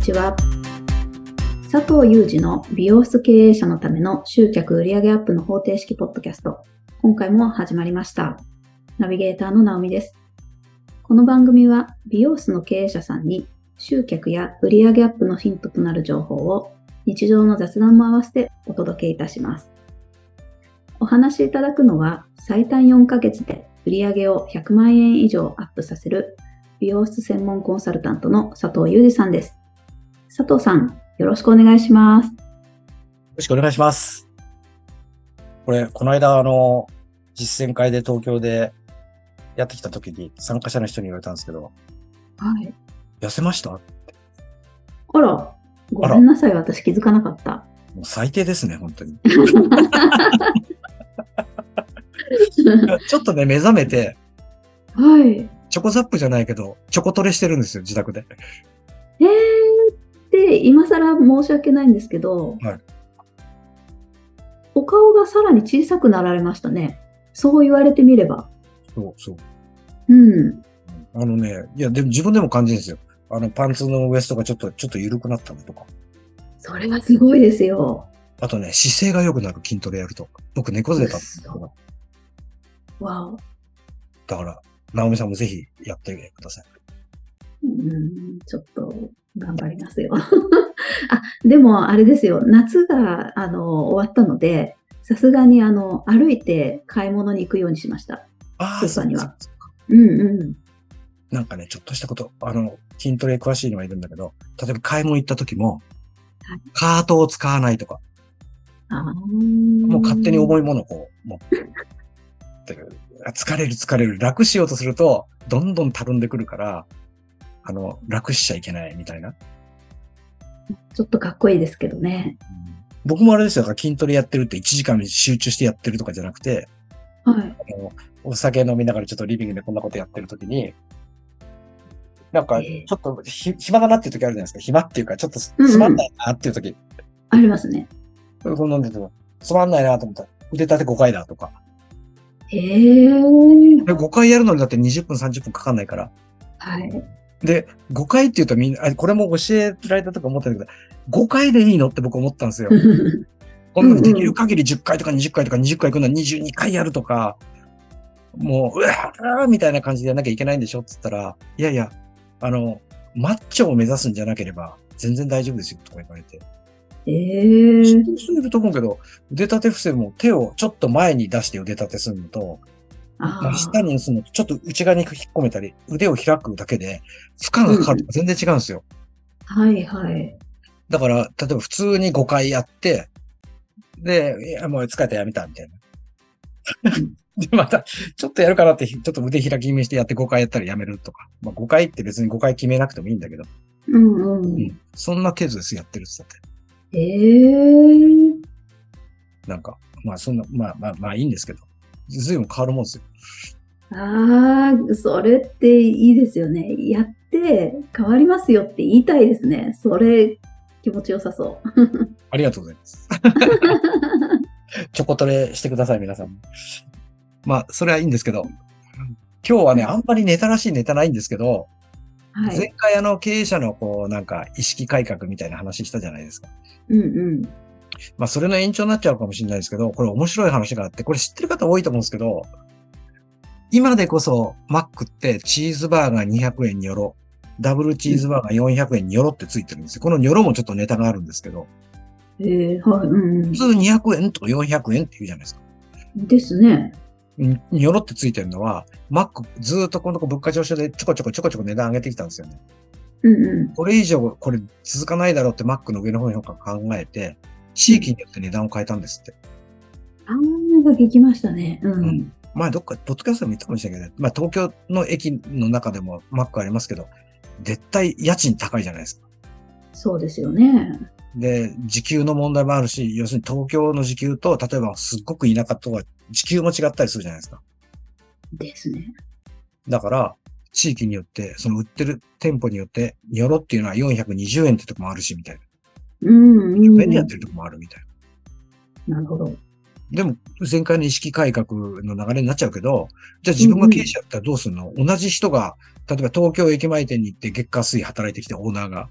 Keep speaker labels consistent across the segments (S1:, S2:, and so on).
S1: ちは佐藤裕二の美容室経営者のための集客売上アップの方程式ポッドキャスト今回も始まりましたナビゲーターの直美ですこの番組は美容室の経営者さんに集客や売上アップのヒントとなる情報を日常の雑談も合わせてお届けいたしますお話しいただくのは最短4ヶ月で売上を100万円以上アップさせる美容室専門コンサルタントの佐藤裕二さんです。佐藤さん、よろしくお願いします。
S2: よろしくお願いします。これ、この間、あの、実践会で東京でやってきた時に参加者の人に言われたんですけど、
S1: はい。
S2: 痩せましたも
S1: あら、ごめんなさい、私気づかなかった。
S2: う最低ですね、本当に。ちょっとね、目覚めて、
S1: はい。
S2: チョコザップじゃないけど、チョコトレしてるんですよ、自宅で。
S1: えーって、今更申し訳ないんですけど、
S2: はい
S1: お顔がさらに小さくなられましたね。そう言われてみれば。
S2: そう、そう。
S1: うん。
S2: あのね、いや、でも自分でも感じるんですよ。あの、パンツのウエストがちょっと、ちょっと緩くなったのとか。
S1: それはすごいですよ。
S2: あとね、姿勢が良くなる筋トレやると。僕、猫背だったんですよ
S1: わお。
S2: だから、直美さんもぜひやってみてください。
S1: うん、ちょっと頑張りますよ。 あ、でもあれですよ、夏があの終わったので、さすがにあの歩いて買い物に行くようにしました。
S2: あ
S1: スー
S2: あ、
S1: パーには
S2: そうそうそう
S1: うんうん。
S2: なんかね、ちょっとしたこと、あの、筋トレ詳しいのはいるんだけど、例えば買い物行った時も
S1: はい、
S2: カートを使わないとか、
S1: あ
S2: もう勝手に重
S1: い
S2: いものをこう、もう、だから疲れる疲れる、楽しようとすると、どんどんたるんでくるから、あの、楽しちゃいけないみたいな。
S1: ちょっとかっこいいですけどね。
S2: 僕もあれですよ、だから筋トレやってるって1時間集中してやってるとかじゃなくて、
S1: はい。
S2: あのお酒飲みながらちょっとリビングでこんなことやってる時に、なんか、
S1: え
S2: ち
S1: え
S2: ょっとひ、暇だなっていう時あるじゃないですか。暇っていうか、ちょっとつ
S1: うんうん
S2: つまんないなっていう時、
S1: ありますね。
S2: これ飲んでても、つまんないなと思ったら、腕立て5回だとか。
S1: へえ。
S2: で、5回やるのにだって20分、30分かかんないから。
S1: はい。
S2: で、5回って言うとみんな、あこれも教えられたとか思ったんだけど、5回でいいのって僕思ったんですよ。こんなのできる限り10回とか20回とか20回行くのは22回やるとか、もう、うわーみたいな感じでやんなきゃいけないんでしょって言ったら、いやいや、あの、マッチョを目指すんじゃなければ、全然大丈夫ですよとか言われて。
S1: ええ。
S2: そういると思うけど、腕立て伏せも手をちょっと前に出して腕立てするのと、
S1: あ
S2: まあ
S1: ー
S2: 下にするのとちょっと内側に引っ込めたり、腕を開くだけで、負荷がかかると全然違うんですよ。
S1: はいはい。
S2: だから、例えば普通に5回やって、で、いやもう疲れたやめたみたいな
S1: うん。
S2: で、また、ちょっとやるかなって、ちょっと腕開き気味にしてやって5回やったらやめるとか。まあ5回って別に5回決めなくてもいいんだけど、
S1: うんう。
S2: うんんそんな程度です、やってるって言ったって。
S1: ええ。
S2: なんか、まあそんな、まあまあまあいいんですけど、随分変わるもんですよ。
S1: ああ、それっていいですよね。やって変わりますよって言いたいですね。それ気持ちよさそう。
S2: ありがとうござい ます。チョコトレしてください、皆さんも。まあ、それはいいんですけど、今日はね、あんまりネタらしいネタないんですけど、
S1: はい。
S2: 前回あの経営者のこう、なんか意識改革みたいな話したじゃないですか。
S1: うんうん。
S2: まあ、それの延長になっちゃうかもしれないですけど、これ面白い話があって、これ知ってる方多いと思うんですけど、今でこそマックってチーズバーガー200円によろ、ダブルチーズバーガー400円によろってついてるんですよ。このにょろもちょっとネタがあるんですけど、
S1: ええはい。うんう
S2: 普通200円と400円って言うじゃないですか。
S1: ん。ですね。
S2: ににょろってついてるのは、マックずーっとこのとこ物価上昇でちょこちょこちょこちょこ値段上げてきたんですよね。
S1: うんう
S2: これ以上これ続かないだろうってマックの上の方の評価を考えて、地域によって値段を変えたんですって。
S1: ん。あんなんか聞きましたね。うん。
S2: うん前どっか、ポッドキャストでも言ったかもしれないけど、まあ東京の駅の中でもマックありますけど、絶対家賃高いじゃないですか。
S1: そうですよね。
S2: で、時給の問題もあるし、要するに東京の時給と、例えばすっごく田舎とは時給も違ったりするじゃないですか。
S1: ですね。
S2: だから、地域によって、その売ってる店舗によって、にょろっていうのは420円ってとこもあるし、みたいな。
S1: うんうん、うん。
S2: 便利やってるとこもあるみたいな。
S1: なるほど。
S2: でも、前回の意識改革の流れになっちゃうけど、じゃあ自分が経営者だったらどうするの、同じ人が、例えば東京駅前店に行って月下水働いてきてオーナーが、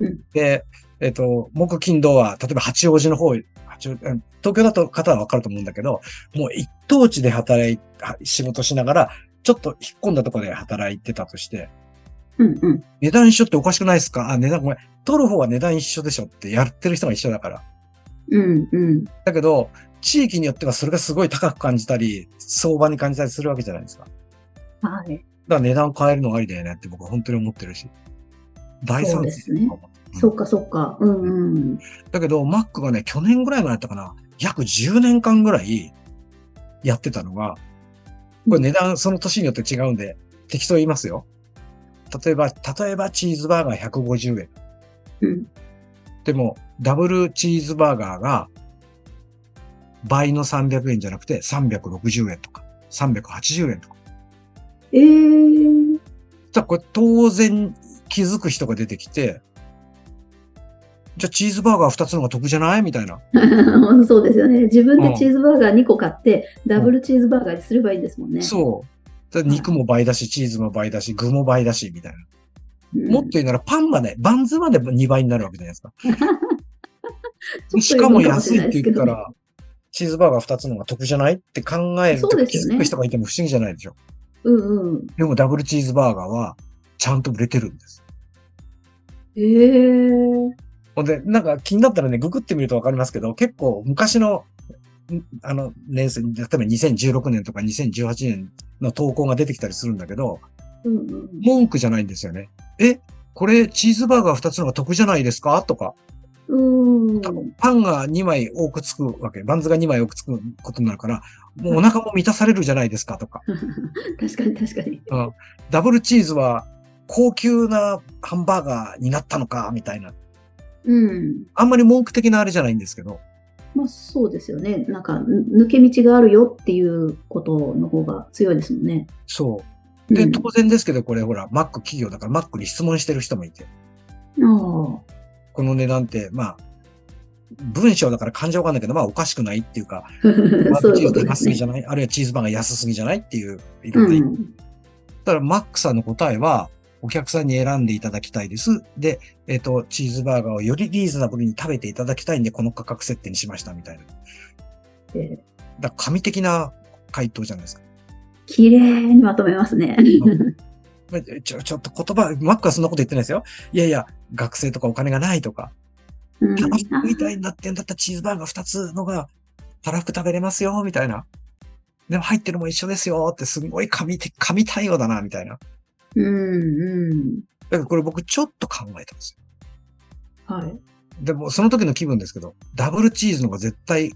S1: うん
S2: で、えっ、と、木金土は、例えば八王子の方、八王子うん東京だと方はわかると思うんだけど、もう一等地で働い、は仕事しながら、ちょっと引っ込んだところで働いてたとして、
S1: うんうん。
S2: 値段一緒っておかしくないですかあ、値段ごめん。取る方は値段一緒でしょってやってる人が一緒だから。
S1: うんうん。
S2: だけど、地域によってはそれがすごい高く感じたり、相場に感じたりするわけじゃないですか。だか
S1: はい。
S2: ら値段変えるのがありだよねって僕は本当に思ってるし。第
S1: そう
S2: 三
S1: ですねそっかそっか。うんうん。
S2: だけど、マックがね、去年ぐらいまでだったかな、約10年間ぐらいやってたのが、これ値段、その年によって違うんで、適当言いますよ。例えば、例えばチーズバーガー150円。
S1: うん。
S2: でも、ダブルチーズバーガーが、倍の300円じゃなくて、360円とか、380円とか。
S1: えー。
S2: じゃあ、これ当然気づく人が出てきて、じゃあチーズバーガー2つの方が得じゃないみたいな。
S1: そうですよね。自分でチーズバーガー2個買って、ダブルチーズバーガーにすればいいんですもんね。
S2: そう。だから肉も倍だし、チーズも倍だし、具も倍だし、みたいな。
S1: うん。
S2: もっと言うなら、パンまで、バンズまで2倍になるわけじゃないですか。
S1: ちょっと
S2: しかも
S1: 言うの
S2: 安
S1: しれない
S2: っ
S1: で
S2: て
S1: すけ
S2: 言っ
S1: ど
S2: たら、チーズバーガー2つの方が得じゃないって考えると
S1: そうです
S2: 気
S1: よね
S2: づく人がいても不思議じゃないでしょ。
S1: うんうん。
S2: でもダブルチーズバーガーはちゃんと売れてるんです。
S1: えー。
S2: ほんで、なんか気になったらね、ググってみるとわかりますけど、結構昔の、んあの、年数、例えば2016年とか2018年の投稿が出てきたりするんだけど、
S1: うんうん。
S2: 文句じゃないんですよね。え、これチーズバーガー2つの方が得じゃないですかとか、
S1: うん。
S2: パンが2枚多くつくわけ、バンズが2枚多くつくことになるから、もうお腹も満たされるじゃないですかとか、
S1: 確かに確かに。
S2: うんダブルチーズは高級なハンバーガーになったのか、みたいな。
S1: うん。
S2: あんまり文句的なあれじゃないんですけど、
S1: まあそうですよね。なんか、ぬ抜け道があるよっていうことの方が強いですもんね。
S2: そう。で、
S1: うん、
S2: 当然ですけど、これほら、マック企業だから、マックに質問してる人もいて、
S1: あ
S2: この値段って、まあ、文章だから感情わかんないけど、まあおかしくないっていうか、
S1: あ。
S2: バ
S1: そ
S2: ー
S1: う
S2: ベ
S1: い
S2: キ
S1: うこ
S2: ュー
S1: とで
S2: 高
S1: す
S2: すぎ
S1: ね
S2: じ。ゃないあるいはチーズバーガー安すぎじゃないっていう、いろんな意
S1: う
S2: 見。
S1: ん。
S2: ただ、マックさんの答えは、お客さんに選んでいただきたいです。で、えっ、と、チーズバーガーをよりリーズナブルに食べていただきたいんで、この価格設定にしました、みたいな。
S1: で
S2: だから、神的な回答じゃないですか。
S1: 綺麗にまとめますね。
S2: まちょ、ちょっと言葉、マックはそんなこと言ってないですよ。いやいや、学生とかお金がないとか、
S1: うん
S2: たらふくみたいになってんだったらチーズバーガー2つのが、たらふく食べれますよ、みたいな。でも入ってるもん一緒ですよ、ってすごい神的、神対応だな、みたいな。
S1: うんうん。
S2: だからこれ僕ちょっと考えたんですよ。
S1: はい。
S2: でもその時の気分ですけど、ダブルチーズの方が絶対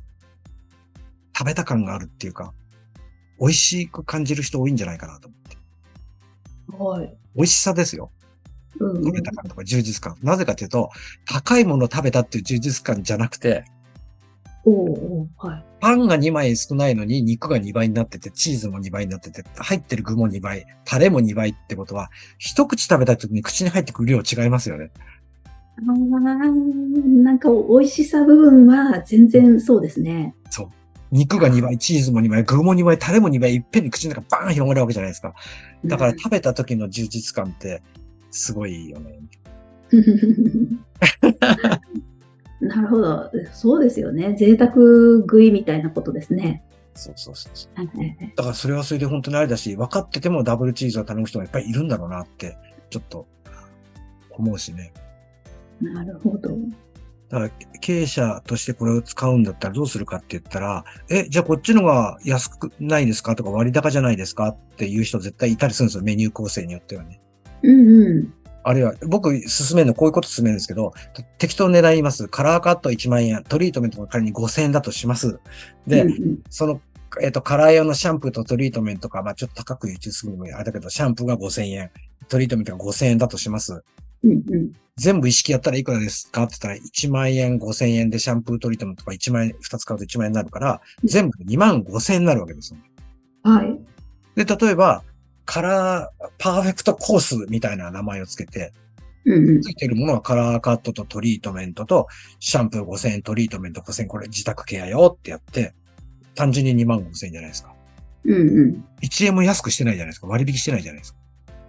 S2: 食べた感があるっていうか、美味しく感じる人多いんじゃないかなと思って。
S1: はい。
S2: 美味しさですよ。
S1: うんうん
S2: 食べた感とか充実感。なぜかというと、高いものを食べたっていう充実感じゃなくて、
S1: おうおうはい。
S2: パンが2枚少ないのに肉が2倍になってて、チーズも2倍になってて、入ってる具も2倍、タレも2倍ってことは、一口食べた時に口に入ってくる量違いますよね。
S1: あーなんか美味しさ部分は全然そうですね。
S2: 肉が2倍、チーズも2倍、具も2倍、タレも2倍、いっぺんに口の中バーン広がるわけじゃないですか。だから
S1: うん。
S2: 食べた時の充実感って、すごいよね。
S1: なるほど。そうですよね。贅沢食いみたいなことですね。
S2: そうそうそうそう。
S1: はいはいはい
S2: だからそれはそれで本当にあれだし、分かっててもダブルチーズを頼む人がいっぱいいるんだろうなって、ちょっと思うしね。
S1: なるほど。
S2: だから経営者としてこれを使うんだったらどうするかって言ったら、え、じゃあこっちのが安くないですかとか割高じゃないですかっていう人絶対いたりするんですよ。メニュー構成によってはね。
S1: うんうん。
S2: あるいは、僕、勧めるの、こういうこと勧めるんですけど、適当に狙います。カラーカット1万円、トリートメントが仮に5000円だとします。で、
S1: うんうん
S2: その、えっ、と、カラー用のシャンプーとトリートメントが、まあちょっと高く言うするのもあれだけど、シャンプーが5000円、トリートメントが5000円だとします。
S1: うんうん
S2: 全部意識やったらいくらですかって言ったら、1万円、5000円でシャンプートリートメントが1万円、2つ買うと1万円になるから、全部2万5000円になるわけですよ。
S1: はい。
S2: で、例えば、カラー、パーフェクトコースみたいな名前をつけて、
S1: うんうん
S2: ついてるものはカラーカットとトリートメントとシャンプー5000円、トリートメント5000円、これ自宅ケアよってやって、単純に2万5000円じゃないですか。
S1: うん
S2: 1円も安くしてないじゃないですか。割引してないじゃないですか。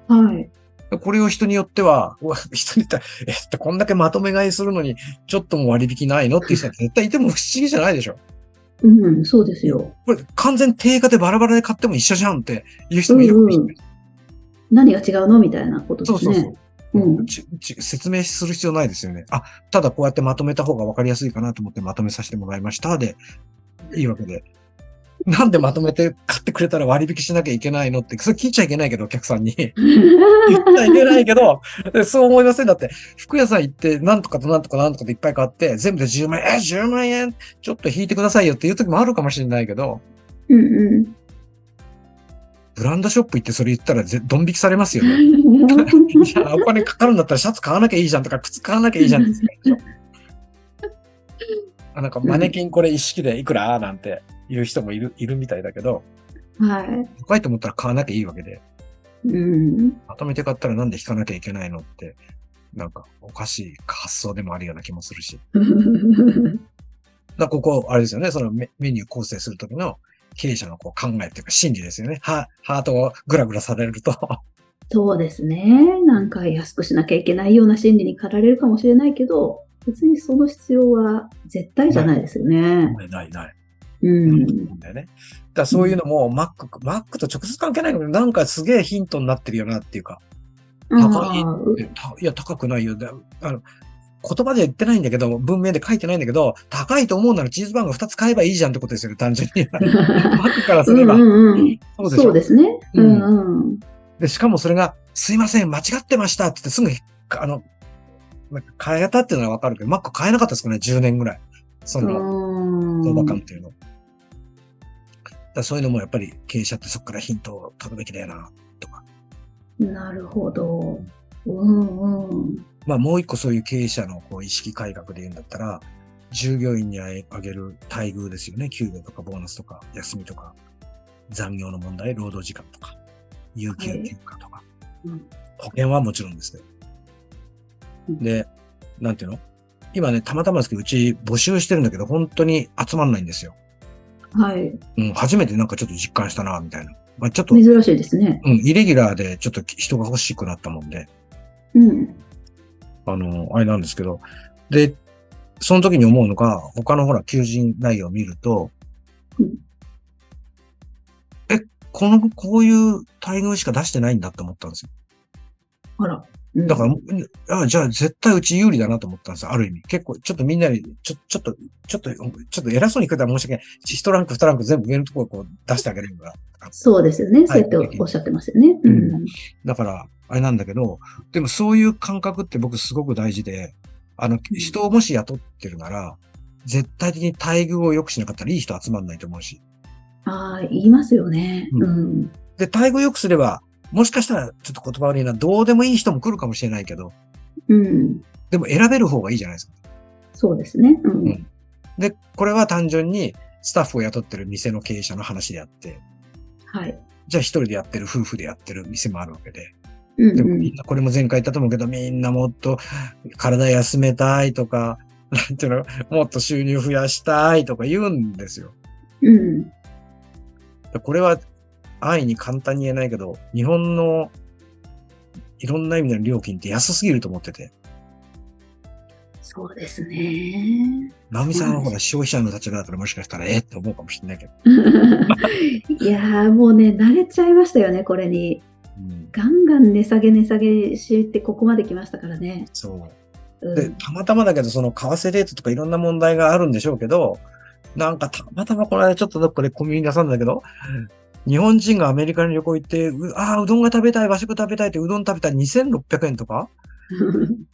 S1: うん。はい。
S2: だこれを人によっては、うわ人によっては、えっと、こんだけまとめ買いするのに、ちょっとも割引ないのっていう人は絶対いても不思議じゃないでしょ。
S1: うん、そうですよ。
S2: これ完全定価でバラバラで買っても一緒じゃんっていう人もいるかもしれない。
S1: 何が違うのみたいなことです
S2: そう
S1: ね。
S2: そうそう。
S1: うん
S2: ちち説明する必要ないですよね。あ、ただこうやってまとめた方が分かりやすいかなと思ってまとめさせてもらいました。で、いいわけで。なんでまとめて買ってくれたら割引しなきゃいけないのって、それ聞いちゃいけないけど、お客さんに。言っちゃいけないけど、 でそう思いません。だって、服屋さん行って、なんとかとなんとかなんとかでいっぱい買って、全部で10万円、え、10万円、ちょっと引いてくださいよっていう時もあるかもしれないけど、
S1: うんうん。
S2: ブランドショップ行ってそれ言ったらぜドン引きされますよね。
S1: う
S2: いや、お金かかるんだったらシャツ買わなきゃいいじゃんとか、靴買わなきゃいいじゃんって言ってたでしょあなんかマネキンこれ一式でいくらなんて言う人もいる、いるみたいだけど、
S1: ん は
S2: 高いと思ったら買わなきゃいいわけで、
S1: い。うん。
S2: まとめて買ったらなんで引かなきゃいけないのって、なんかおかしい発想でもあるような気もするし。だからここ、あれですよね、そのメメニュー構成するときの経営者のこう考えっていうか心理ですよね。ハハートをグラグラされると、
S1: そうですね。なんか安くしなきゃいけないような心理に駆られるかもしれないけど、別にその必要は絶対じゃないですよね。
S2: ないないない。
S1: うん。
S2: なんだよね。だからそういうのも、マック、マックと直接関係ないけど、なんかすげえヒントになってるよなっていうか、高い
S1: あー
S2: えたいや、高くないよ。だあの言葉で言ってないんだけど、文面で書いてないんだけど、高いと思うならチーズバーガー2つ買えばいいじゃんってことですよね、単純 に。マックからす
S1: うん
S2: れば。
S1: うんうん。
S2: そうでし
S1: そ
S2: ょ
S1: うですね。
S2: う
S1: うんんうん。
S2: でしかもそれが、すいません、間違ってましたって言ってすぐ、あの、なんか変えたっていうのはわかるけど、マック買えなかったですかね、10年ぐらい。その、相場感っていうの。だからそういうのもやっぱり経営者ってそこからヒントを取るべきだよな。
S1: うんなるほど。うんうん。
S2: まあもう一個そういう経営者のこう意識改革で言うんだったら、従業員にあえあげる待遇ですよね。給料とかボーナスとか休みとか、残業の問題、労働時間とか、有給休暇とか、
S1: うん
S2: 保険はもちろんですけど。
S1: うん
S2: で、なんていうの今ね、たまたまですけど、うち募集してるんだけど、本当に集まんないんですよ。
S1: はい。
S2: うん、初めてなんかちょっと実感したな、みたいな。まあちょっと、
S1: 珍しいですね。
S2: うん、イレギュラーでちょっと人が欲しくなったもんで、
S1: うん。
S2: あの、あれなんですけど、で、その時に思うのが、他のほら、求人内容を見ると、
S1: うん
S2: え、この、こういう待遇しか出してないんだって思ったんですよ。
S1: あら。うん
S2: だから、うんあじゃあ絶対うち有利だなと思ったんですよ、ある意味。結構、ちょっとみんなに、ちょ、ちょっと、ちょっと、ちょっと偉そうに言ったら申し訳ない。一ランク、二ランク全部上のところをこう出してあげれるから。
S1: そうですよね。そうやっておっしゃってますよね。うん。
S2: だから、あれなんだけど、でもそういう感覚って僕すごく大事で、あの、人をもし雇ってるなら、絶対的に待遇を良くしなかったらいい人集まんないと思うし。
S1: ああ、言いますよね。
S2: う
S1: うん。
S2: で、待遇良くすれば、もしかしたらちょっと言葉悪いな、どうでもいい人も来るかもしれないけど、
S1: うん。
S2: でも選べる方がいいじゃないですか。
S1: そうですね。う
S2: うん
S1: ん。
S2: で、これは単純にスタッフを雇ってる店の経営者の話であって、
S1: はい。
S2: じゃあ一人でやってる、夫婦でやってる店もあるわけで。
S1: うん
S2: でも
S1: う
S2: み
S1: ん
S2: んな、これも前回言ったと思うけど、みんなもっと体休めたいとか、 なんていうの、もっと収入増やしたいとか言うんですよ。
S1: うん。
S2: でこれは安易に簡単に言えないけど、日本のいろんな意味での料金って安すぎると思ってて、
S1: そうです ね。
S2: ナオミさんはほら消費者の立場だったらもしかしたらえって思うかもしれないけど、
S1: いやーもうね、慣れちゃいましたよね、これに。
S2: うん、
S1: ガンガン値下げ値下げして、ここまで来ましたからね。
S2: そう。
S1: う
S2: で
S1: ん、
S2: たまたまだけど、その為替レートとかいろんな問題があるんでしょうけど、なんかたまたまこの間ちょっとどっかでコンビニ出さんだけど、日本人がアメリカに旅行行って、うああ、うどんが食べたい、和食食べたいって、うどん食べたら2600円とか、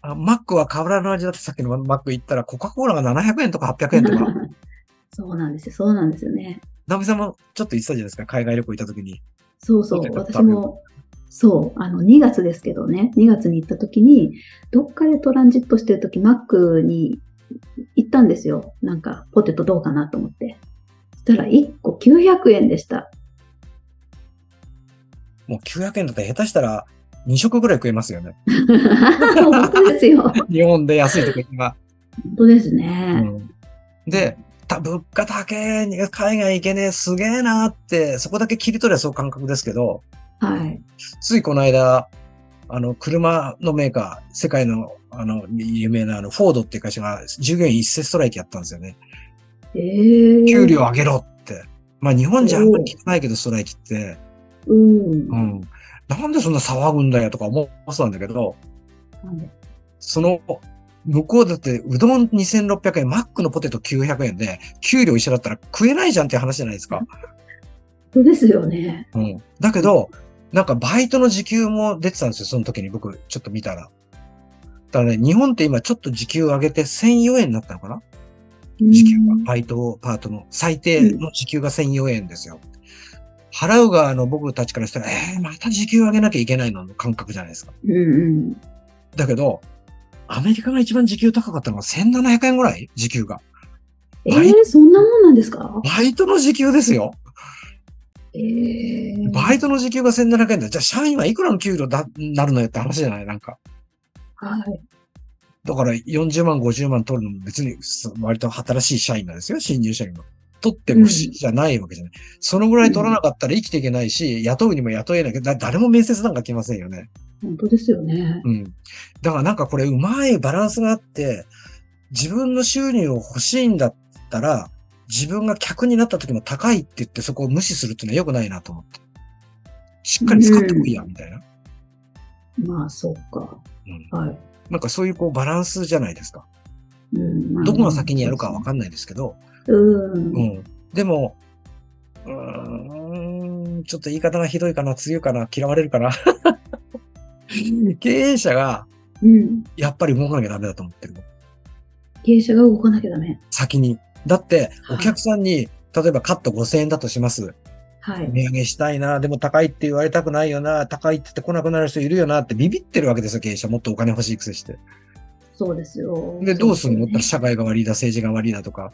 S2: あマックは変わらぬ味だってさっきのマック行ったら、コカ・コーラが700円とか800円と か、
S1: そうなんですよ、そうなんですよね。
S2: ナミさんもちょっと言ってたじゃないですか、海外旅行行った時に。
S1: そうそ
S2: 見て
S1: う、
S2: た
S1: 私も、そう、あの、2月ですけどね、2月に行った時に、どっかでトランジットしてる時、マックに行ったんですよ。なんか、ポテトどうかなと思って。そしたら、1個900円で した。
S2: もう900円だったら下手したら2食ぐらい食えますよね。
S1: 本当ですよ。本
S2: 日本で安い時には。
S1: 当ですね。
S2: で、た物価高え、海外行けねえ、すげえなーって、そこだけ切り取ればそう感覚ですけど、
S1: はい。
S2: ついこの間、あの、車のメーカー、世界の、あの、有名なあの、フォードっていう会社が従業員一斉ストライキやったんですよね。
S1: ええ
S2: 給料上げろって。まあ、日本じゃあんまり聞かないけど、ストライキって。
S1: うん
S2: う。ん。なんでそんな騒ぐんだよとか思わそうなんだけど、その、向こうだって、うどん2600円、マックのポテト900円で、給料一緒だったら食えないじゃんって話じゃないですか。
S1: そうですよね。
S2: うん。だけど、なんかバイトの時給も出てたんですよ、その時に僕、ちょっと見たら。だからね、日本って今ちょっと時給上げて1004円になったのかな時給が。バイト、パートの。最低の時給が1004円ですよ。払う側の僕たちからしたら、えー、また時給上げなきゃいけないのの感覚じゃないですか。
S1: うんうん。
S2: だけど、アメリカが一番時給高かったのが1700円ぐらい時給が。
S1: え
S2: バイ
S1: ー、そんなもんなんですか
S2: バイトの時給ですよ。
S1: ええ
S2: バイトの時給が1700円だ。じゃあ社員はいくらの給料だ、なるのよって話じゃないなんか。
S1: はい。
S2: だから40万、50万取るのも別にす割と新しい社員なんですよ、新入社員は。取っても不思議じゃないわけじゃない。そのぐらい取らなかったら生きていけないし、雇うにも雇えないけど、だ誰も面接なんか来ませんよね。
S1: 本当ですよね。
S2: うん。だからなんかこれうまいバランスがあって、自分の収入を欲しいんだったら、自分が客になった時も高いって言ってそこを無視するっていうのは良くないなと思って。しっかり使ってこいや、みたいな。
S1: まあ、そうか。
S2: うん。
S1: はい。
S2: なんかそういうこうバランスじゃないですか。
S1: うんまあ
S2: どこが先にやるかはわかんないですけど、
S1: うん。
S2: う
S1: うん
S2: ん。でも、うーん、ちょっと言い方がひどいかな、強いかな、嫌われるかな。 経営者が、
S1: うん。
S2: やっぱり動かなきゃダメだと思ってるの。
S1: 経営者が動かなきゃダメ。
S2: 先に。だって、
S1: はい
S2: お客さんに、例えばカット5000円だとします。
S1: はい。
S2: 値上げしたいな、でも高いって言われたくないよな、高いって言って来なくなる人いるよなってビビってるわけですよ、経営者。もっとお金欲しいくせして。
S1: そうですよ。
S2: で、どうすんの
S1: そ
S2: って言
S1: う
S2: ったら社会が悪いだ、政治が悪いだとか。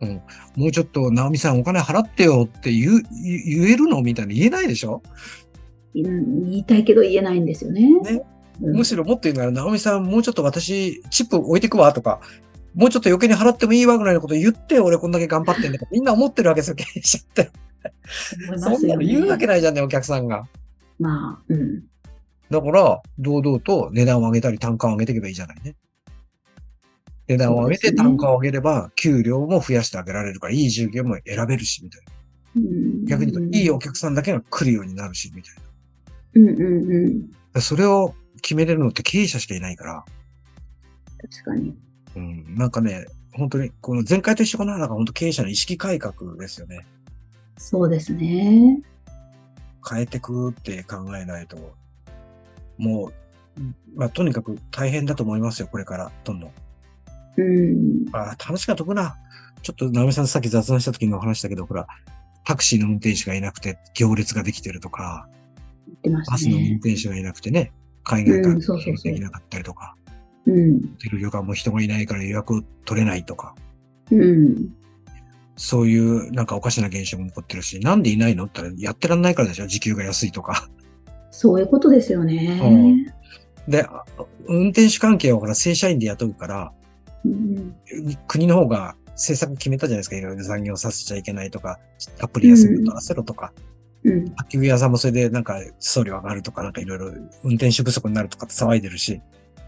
S2: うん。もうちょっと、直美さんお金払ってよって言う、言言えるのみたいな言えないでしょ
S1: ですよねうん言いたいけど言えないんですよね。
S2: ね
S1: うん
S2: むしろもっと言うなら、直美さんもうちょっと私、チップ置いてくわとか、もうちょっと余計に払ってもいいわぐらいのこと言って、俺こんだけ頑張ってん だから、みんな思ってるわけですよ、経営者って。
S1: 思いま
S2: そ
S1: す
S2: んな
S1: よ
S2: の
S1: ね
S2: 言うわけないじゃんね、お客さんが。
S1: まあ、うん。
S2: だから、堂々と値段を上げたり単価を上げていけばいいじゃないね。値段を上げ
S1: そ
S2: て
S1: うですね
S2: 単価を上げれば、給料も増やしてあげられるから、いい従業員も選べるし、みたいな。
S1: うん
S2: 逆に言うと、いいお客さんだけが来るようになるし、みたいな。だか
S1: うんうんうん。
S2: らそれを決めれるのって経営者しかいないから、
S1: 確かに。
S2: うん、なんかね、本当に、この前回と一緒かな、なんか本当経営者の意識改革ですよね。
S1: そうですね。
S2: 変えてくって考えないと、もう、まあ、とにかく大変だと思いますよ、これから、どんどん。
S1: うん。
S2: あー楽しかったかな。ちょっと、なめさんとさっき雑談した時にも話したけど、ほら、タクシーの運転手がいなくて行列ができてるとか、
S1: 言ってま
S2: バ
S1: した
S2: スの運
S1: ね。
S2: 転手がいなくてね、海外から
S1: うん
S2: 来
S1: そうそうそう
S2: できなかったりとか、
S1: うん。
S2: ホテル旅館も人がいないから予約取れないとか、
S1: うん。
S2: そういうなんかおかしな現象も起こってるし、なんでいないのって言ったらやってらんないからでしょ、時給が安いとか。
S1: そういうことですよね。
S2: で、あ運転手関係はほら正社員で雇うから、
S1: うん。
S2: 国の方が政策決めたじゃないですか、いろいろ残業させちゃいけないとか、たっぷり休みを取らせろとか、
S1: うん。
S2: 卓球屋さんもそれでなんか送料上がるとかなんかいろいろ運転手不足になるとかって騒いでるし、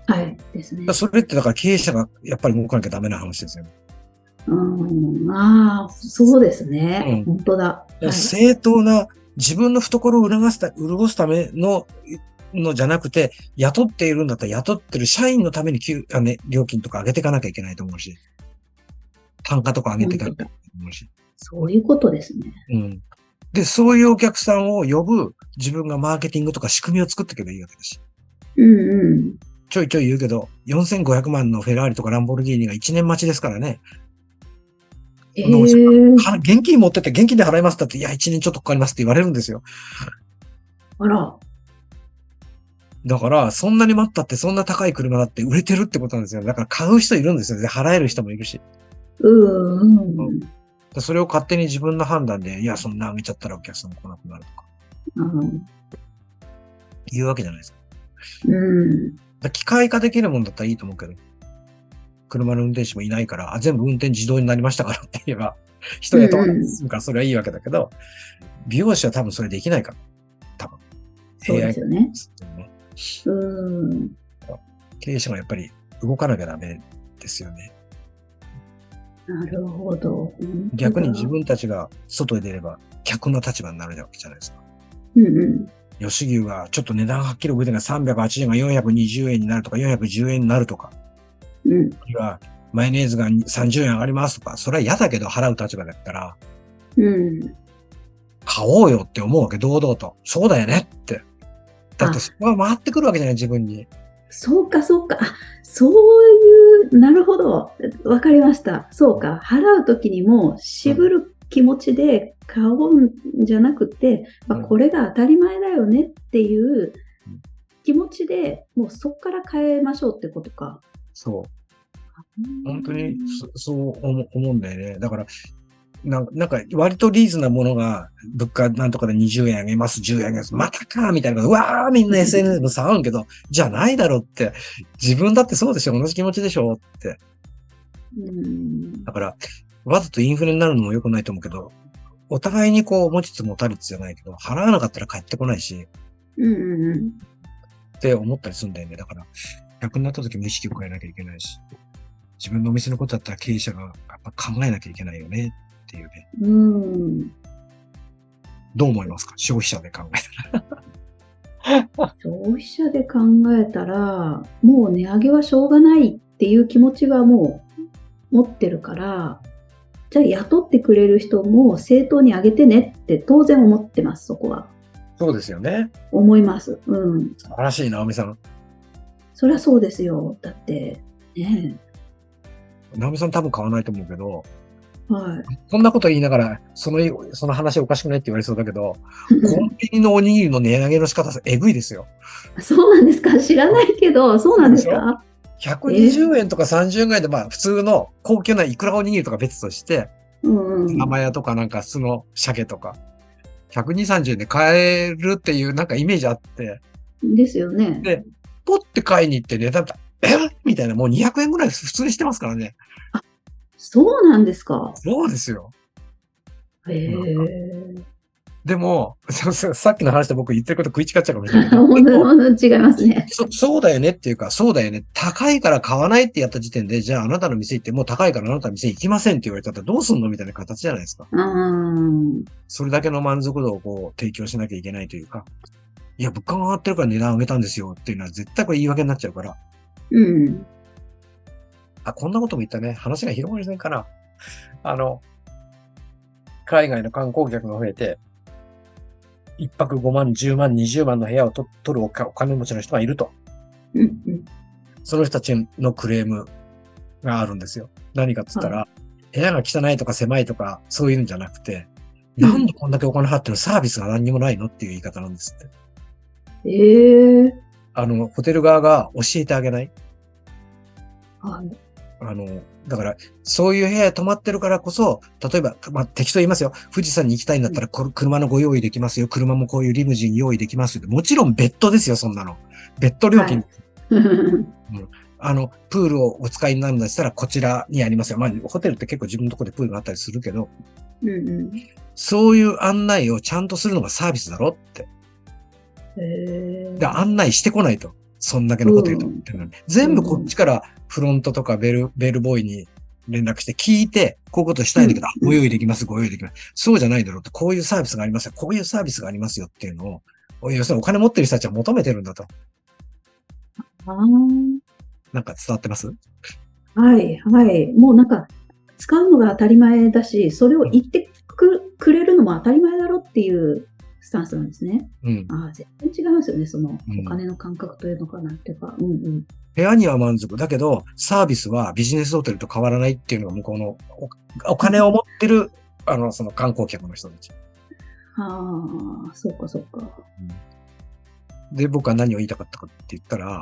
S1: はい。ですね。
S2: それってだから経営者がやっぱり動かなきゃダメな話ですよね。
S1: うん。まあ、そうですね。
S2: う
S1: 本当だ。はい
S2: 正当な自分の懐を潤すた潤すためののじゃなくて、雇っているんだったら雇ってる社員のために給あ、ね、料金とか上げていかなきゃいけないと思うし、単価とか上げていかなきゃいけないと思うし。
S1: そういうことですね。
S2: うん。で、そういうお客さんを呼ぶ自分がマーケティングとか仕組みを作っていけばいいわけだし。
S1: うん
S2: ちょいちょい言うけど、4500万のフェラーリとかランボルギーニが1年待ちですからね。
S1: うん。え
S2: んなもんじゃ
S1: ー、
S2: は現金持ってって現金で払いますだって、いや、1年ちょっとかかりますって言われるんですよ。
S1: あら。
S2: だから、そんなに待ったって、そんな高い車だって売れてるってことなんですよ。だから買う人いるんですよ。で払える人もいるし。だか
S1: うんうん。
S2: らそれを勝手に自分の判断で、いや、そんな上げちゃったらお客さんも来なくなるとか、
S1: うん
S2: 言うわけじゃないですか。
S1: うん。
S2: だから機械化できるもんだったらいいと思うけど、車の運転手もいないから、あ、全部運転自動になりましたからって言えば、 人雇わなくて済むから、それはいいわけだけど、美容師は多分それできないから、多分。
S1: そうですよね。
S2: ですよね
S1: うん。
S2: 経営者もやっぱり動かなきゃダメですよね。
S1: なるほど。
S2: 逆に自。分たちが外へ出れば客の立場になるわけじゃないですか。
S1: うんうん。
S2: 吉牛がちょっと値段はっきり覚えてない308円が420円になるとか410円になるとか、
S1: うん
S2: あるいはマヨネーズが30円上がりますとか、それは嫌だけど払う立場だったら、
S1: うん。
S2: 買おうよって思うわけ、堂々と。そうだよねって。だってそこが回ってくるわけじゃない、自分に。
S1: そうか、そうか。あ、そういう、なるほど。わかりました。そうか。払うときにも、渋る気持ちで買おうんじゃなくて、
S2: うん
S1: まあこれが当たり前だよねっていう気持ちで、もうそこから変えましょうってことか。
S2: そう。本当にそそう思思うんだよね。だから、なんなんか、割とリーズなものが、物価なんとかで20円上げます、10円上げます、またかみたいなこと、うわーみんな SNS も騒ぐけど、じゃないだろうって、自分だってそうでしょ、同じ気持ちでしょって。
S1: うん。
S2: だから、わざとインフレになるのも良くないと思うけど、お互いにこう、持ちつ持たれつじゃないけど、払わなかったら帰ってこないし、
S1: うんうんうん。
S2: って思ったりするんだよね。だから、客になった時も意識を変えなきゃいけないし、自分のお店のことだったら経営者がやっぱ考えなきゃいけないよねっていうね。
S1: うん、
S2: どう思いますか消費者で考えた
S1: 消費者で考えたらもう値上げはしょうがないっていう気持ちがもう持ってるからじゃあ雇ってくれる人も正当に上げてねって当然思ってますそこは
S2: ら。そうですよね。
S1: 思いますうん
S2: 素晴らしい、直美さん。
S1: そりゃそうですよだってね
S2: 直美さん多分買わないと思うけど、
S1: え は
S2: こんなこと言いながら、その、その話おかしくないって言われそうだけど、コ
S1: い
S2: ンビニのおにぎりの値上げの仕方、えぐいですよ。
S1: そうなんですか知らないけどそうなんですか
S2: 120円とか30円ぐらいで、まあ普通の高級ないくらおにぎりとか別として、
S1: うんうん
S2: 生屋とかなんか素の鮭とか、120、30円で買えるっていうなんかイメージあって、
S1: ですよね
S2: でポッて買いに行って値段だ、えみたいな、もう200円ぐらい普通にしてますからね。
S1: そうなんですか
S2: そうですよ。
S1: へえ
S2: でも、そうそうさっきの話で僕言ってること食い違っちゃうかもしれないけ ど。
S1: 本
S2: で
S1: 当
S2: も
S1: 本当違いますね
S2: そそうだよねっていうか、そうだよね。高いから買わないってやった時点で、じゃああなたの店行って、もう高いからあなたの店行きませんって言われたらどうすんのみたいな形じゃないですか。
S1: うん
S2: それだけの満足度をこう提供しなきゃいけないというか、いや、物価が上がってるから値段上げたんですよっていうのは絶対これ言い訳になっちゃうから、
S1: うん
S2: あ、こんなことも言ったね。話が広がりませんから、あの、海外の観光客が増えて、一泊5万、10万、20万の部屋をと取るおかお金持ちの人がいると。
S1: うんうん
S2: その人たちのクレームがあるんですよ。何かっつったら、部屋が汚いとか狭いとか、そういうんじゃなくて、
S1: うん
S2: なんでこんだけお金払ってるのサービスが何にもないのっていう言い方なんですって。
S1: ええ
S2: あの、ホテル側が教えてあげない。
S1: はい。
S2: あの、だから、そういう部屋に泊まってるからこそ、例えば、まあ、適当に言いますよ。富士山に行きたいんだったら、これ車のご用意できますよ。車もこういうリムジン用意できますよ。もちろん別途ですよ、そんなの。別途料金。
S1: はう
S2: あの、プールをお使いになるんだしたら、こちらにありますよ。まあ、ホテルって結構自分のところでプールがあったりするけど、
S1: んうん。
S2: そういう案内をちゃんとするのがサービスだろって。
S1: え
S2: で、案内してこないと。そんだけのこと言うと思ってるのに。全部こっちからフロントとかベル、ベルボーイに連絡して聞いて、こういうことしたいんだけど、あ
S1: うん
S2: ご用意できます、ご用意できます。そうじゃないだろうって、こういうサービスがありますよ、こういうサービスがありますよっていうのを、要するにお金持ってる人たちは求めてるんだと。
S1: ああ。
S2: なんか伝わってます
S1: はい、はい。もうなんか、使うのが当たり前だし、それを言ってくくれるのも当たり前だろっていうスタンスなんですね。
S2: うん。
S1: ああ、全然違いますよね。その
S2: うん
S1: お金の感覚というのかなっていうか。うんうん。
S2: 部屋には満足。だけど、サービスはビジネスホテルと変わらないっていうのが向こうのおお金を持ってる、あの、その観光客の人たち。
S1: ああ、そうかそうか。
S2: で、僕は何を言いたかったかって言ったら、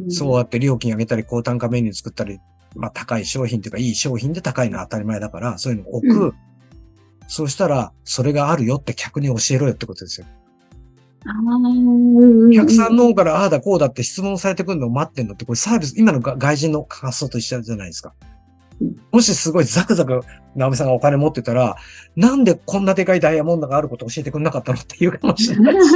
S1: うん
S2: そうやって料金上げたり、高単価メニュー作ったり、まあ高い商品というか、いい商品で高いのは当たり前だから、そういうのを置く。
S1: う
S2: そうしたら、それがあるよって客に教えろよってことですよ。
S1: ああ、うんうんうん。
S2: お客さんの方からああだこうだって質問されてくるのを待ってんのって、これサービス、今のが外人の発想と一緒じゃないですか。
S1: うん
S2: もしすごいザクザク直美さんがお金持ってたら、なんでこんなでかいダイヤモンドがあることを教えてくれなかったのっていうかもしれない。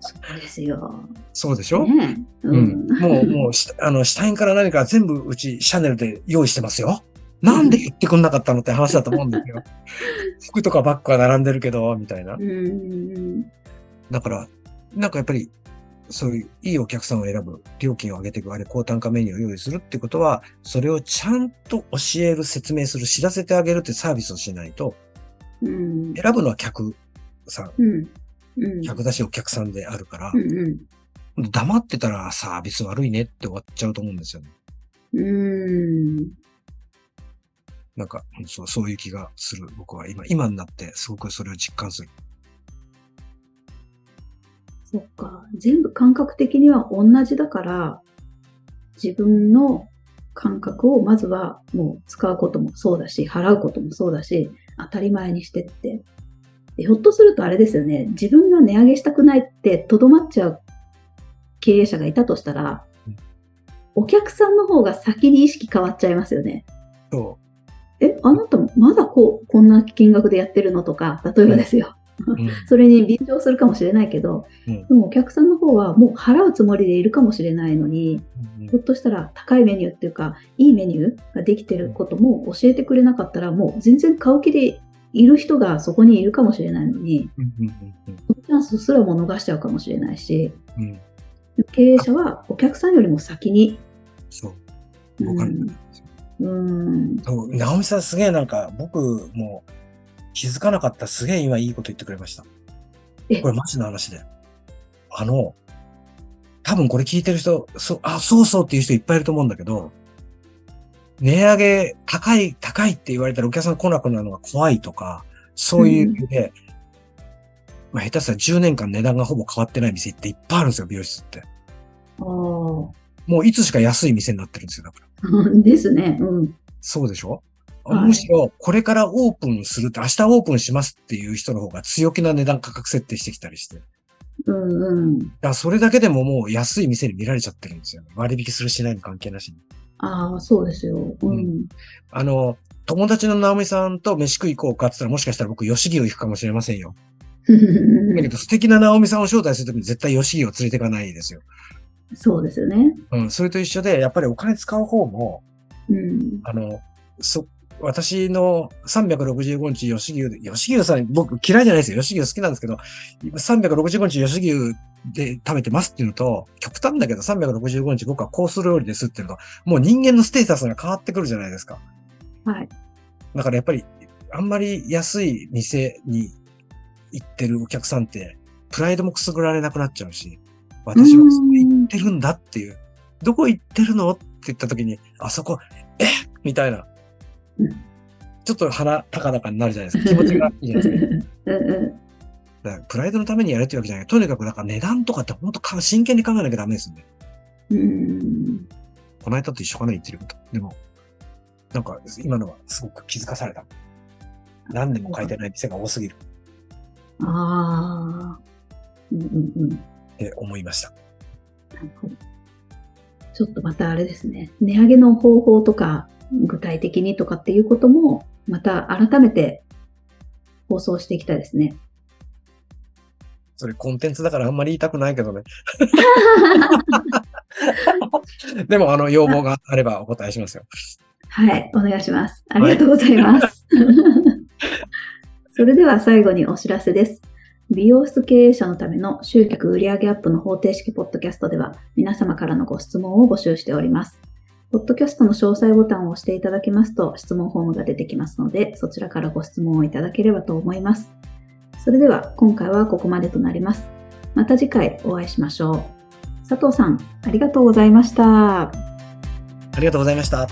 S1: そうですよ。
S2: そうでしょ、
S1: ねえ、
S2: う
S1: うんん。
S2: もう、もうし、 あの、シュタインから何か全部うちシャネルで用意してますよ。なんで言ってくんなかったのって話だと思うんだ けど。服とかバッグが並んでるけど、みたいな
S1: う。ん。
S2: だから、なんかやっぱり、そういういいお客さんを選ぶ、料金を上げていく、あれ高単価メニューを用意するってことは、それをちゃんと教える、説明する、知らせてあげるってサービスをしないと、
S1: うん。
S2: 選ぶのは客さん、
S1: うん。うん。
S2: 客だしお客さんであるから
S1: う、ん。
S2: 黙ってたらサービス悪いねって終わっちゃうと思うんですよね。
S1: うん。
S2: なんか、うんそう、そういう気がする。僕は今、今になってすごくそれを実感する。
S1: そっか。全部感覚的には同じだから、自分の感覚をまずはもう使うこともそうだし、払うこともそうだし、当たり前にしてって。でひょっとするとあれですよね。自分が値上げしたくないってとどまっちゃう経営者がいたとしたら
S2: うん、
S1: お客さんの方が先に意識変わっちゃいますよね。
S2: そ
S1: え、あなたもまだこう、こんな金額でやってるのとか、例えばですよ。
S2: う。うん、
S1: それに便乗するかもしれないけど、
S2: うん
S1: でもお客さんの方はもう払うつもりでいるかもしれないのに、
S2: うん
S1: ひょっとしたら高いメニューっていうか、いいメニューができてることも教えてくれなかったら、もう全然買う気でいる人がそこにいるかもしれないのに、
S2: うんうん
S1: そのチャンスすらも逃しちゃうかもしれないし、
S2: うんうん。
S1: 経営者はお客さんよりも先に、
S2: そう。
S1: う
S2: わかる
S1: ん、うん、
S2: そう、直美さんすげえなんか、僕も気づかなかった、すげえ今いいこと言ってくれました。
S1: え
S2: これマジの話で。あの、多分これ聞いてる人、そう、あ、そうそうっていう人いっぱいいると思うんだけど、値上げ高い、高いって言われたらお客さん来なくなるのが怖いとか、そういう理由で、まあ下手したら10年間値段がほぼ変わってない店っていっぱいあるんですよ、美容室って。
S1: ああ
S2: もういつしか安い店になってるんですよ、だから。
S1: ー、 ですね、うん、
S2: そうでしょ、
S1: はい
S2: むしろ、これからオープンするって、明日オープンしますっていう人の方が強気な値段価格設定してきたりして。だか
S1: うん、うん。
S2: らそれだけでももう安い店に見られちゃってるんですよ、ね。割引するしないの関係なしに。
S1: ああ、そうですよ。うん。
S2: あの、友達の直美さんと飯食い行こうかって言ったら、もしかしたら僕、吉木を行くかもしれませんよ。だけど、素敵な直美さんを招待するときに絶対吉木を連れていかないですよ。
S1: そうですよね。
S2: うん、それと一緒で、やっぱりお金使う方も、
S1: うん。
S2: あの、そ、私の365日吉牛で、吉牛さん、僕嫌いじゃないですよ。吉牛好きなんですけど、365日吉牛で食べてますっていうのと、極端だけど365日僕はコース料理ですっていうのと、もう人間のステータスが変わってくるじゃないですか。
S1: はい。
S2: だからやっぱり、あんまり安い店に行ってるお客さんって、プライドもくすぐられなくなっちゃうし、私はそこ行ってるんだっていう、どこ行ってるのって言った時に、あそこ、えっみたいな
S1: うん。
S2: ちょっと鼻高々になるじゃないですか。気持ちがいい じゃないですか。
S1: うん
S2: だからプライドのためにやれっていうわけじゃない。とにかく、なんか値段とかって本当真剣に考えなきゃダメですよね。
S1: うん。
S2: この間と一緒かな言ってること。でも、なんか今のはすごく気づかされた。何年も書いてない店が多すぎる。
S1: うん。ああ。うんうんうん。
S2: って思いました。
S1: なるほどちょっとまたあれですね。値上げの方法とか、具体的にとかっていうことも、また改めて放送していきたいですね。
S2: それコンテンツだからあんまり言いたくないけ どね。 でも、あの、要望があればお答えしますよ。
S1: はい。お願いします。ありがとうござい ます。それでは最後にお知らせです。美容室経営者のための集客売上アップの方程式ポッドキャストでは皆様からのご質問を募集しております。ポッドキャストの詳細ボタンを押していただきますと質問フォームが出てきますのでそちらからご質問をいただければと思います。それでは今回はここまでとなります。また次回お会いしましょう。佐藤さん、ありがとうございました。
S2: ありがとうございました。